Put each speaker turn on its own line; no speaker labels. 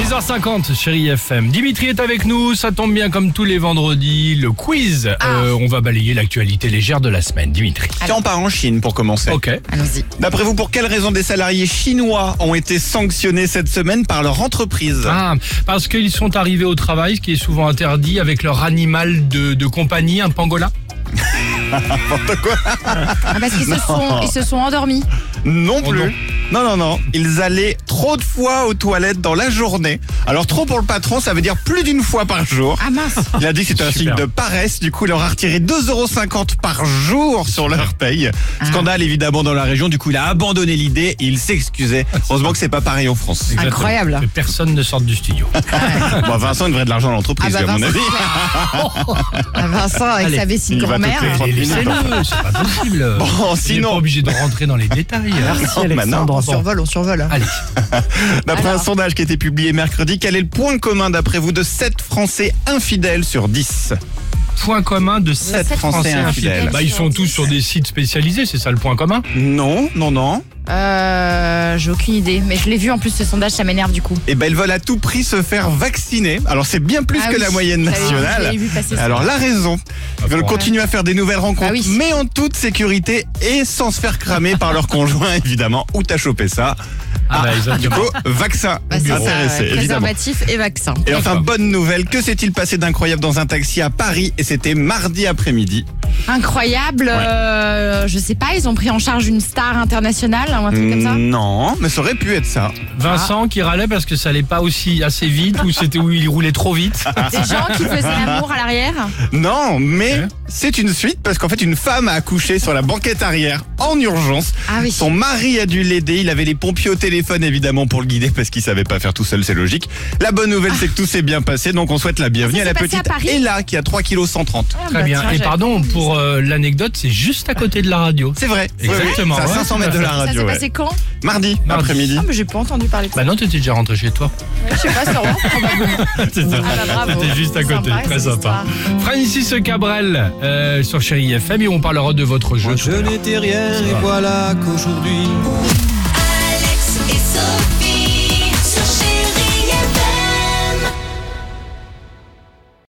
6h50, chérie FM. Dimitri est avec nous, ça tombe bien comme tous les vendredis, le quiz. Euh, on va balayer l'actualité légère de la semaine, Dimitri.
Tiens, on part en Chine pour commencer.
Ok.
Allons-y.
D'après vous, pour quelle raison des salariés chinois ont été sanctionnés cette semaine par leur entreprise
Ah, parce qu'ils sont arrivés au travail, ce qui est souvent interdit, avec leur animal de, de compagnie, un pangolin.
Ah, parce qu'ils se sont, ils se sont endormis.
Non
Oh
plus. non. non, non, Ils allaient trop de fois aux toilettes dans la journée. Alors trop pour le patron, ça veut dire plus d'une fois par jour.
Ah mince.
Il a dit que c'était un signe
Super.
de paresse, du coup il leur a retiré 2,50€ par jour sur leur paye. Scandale évidemment dans la région, du coup il a abandonné l'idée et il s'excusait. Heureusement que c'est pas pareil en France.
Incroyable.
Que personne ne sorte du studio.
Bon, Vincent, il devrait de l'argent à
Ah
l'entreprise,
bah
à mon
Vincent,
avis.
Ah, Vincent avec
Allez,
sa vessie
il
de
va
grand-mère.
te faire-
Mais Laissez-le, c'est pas possible.
Bon,
On n'est
sinon-
pas obligé de rentrer dans les détails.
Non, bah non.
On survole, on survole. hein.
Allez.
D'après un
Alors
sondage qui a été publié mercredi, quel est le point commun d'après vous de 7 Français infidèles sur 10
Point commun de 7 Français
Sept
Français
infidèles.
infidèles.
Bah, ils sont tous sur des sites spécialisés, c'est ça le point commun.
Non, non, non.
Euh, j'ai aucune idée, mais je l'ai vu en plus ce sondage, ça m'énerve du coup.
Eh ben, ils veulent à tout prix se faire vacciner. Alors, c'est bien plus
Ah
que
oui,
la moyenne
j'avais- j'avais
nationale.
vu passer ça.
Alors, la raison, ils veulent
bon.
continuer à faire des nouvelles rencontres,
Ah oui.
mais en toute sécurité et sans se faire cramer par leur conjoint, évidemment. Où t'as chopé ça
Ah, bah, ils ont
Du coup, vaccin.
Bah, c'est ça,
Intéressé,
ouais,
évidemment.
préservatif et vaccin.
Et enfin,
D'accord.
bonne nouvelle, que s'est-il passé d'incroyable dans un taxi à Paris Et c'était mardi après-midi.
Incroyable. euh, je sais pas, ils ont pris en charge une star internationale ou un truc comme
Mm.
ça.
Non, mais ça aurait pu être ça.
Vincent qui râlait parce que ça allait pas aussi assez vite ou c'était où il roulait trop vite.
Des gens qui faisaient l'amour à l'arrière.
Non, mais
Ouais.
c'est une suite parce qu'en fait une femme a accouché sur la banquette arrière en urgence.
Ah oui.
Son mari a dû l'aider, il avait les pompiers au téléphone évidemment pour le guider parce qu'il savait pas faire tout seul, c'est logique. La bonne nouvelle c'est que tout s'est bien passé donc on souhaite la bienvenue
Ah, ça
à la
s'est passé à
petite
Paris
Ella qui a 3 kg 130.
Ah, bah,
Très bien.
tiens,
Et
j'avais-
pardon, pour euh, l'anecdote, c'est juste à côté de la radio.
C'est vrai. Oui, oui,
Exactement,
C'est à
ouais.
500 mètres de la
Ça
radio.
s'est
ouais.
passé quand
Mardi,
Mardi.
après-midi.
Ah, mais j'ai pas entendu parler de ça.
Bah non, t'étais déjà rentré chez toi.
Je sais pas, sûrement, probablement.
C'est ça.
Ah bah, bravo.
C'était juste à côté,
Sympa,
très
cette
sympa.
histoire.
Francis Cabrel euh, sur Chéri FM et on parlera de votre jeu.
Moi,
tout à
je
l'heure.
n'étais rien
Ça
et
va.
voilà qu'aujourd'hui
Alex et Sophie.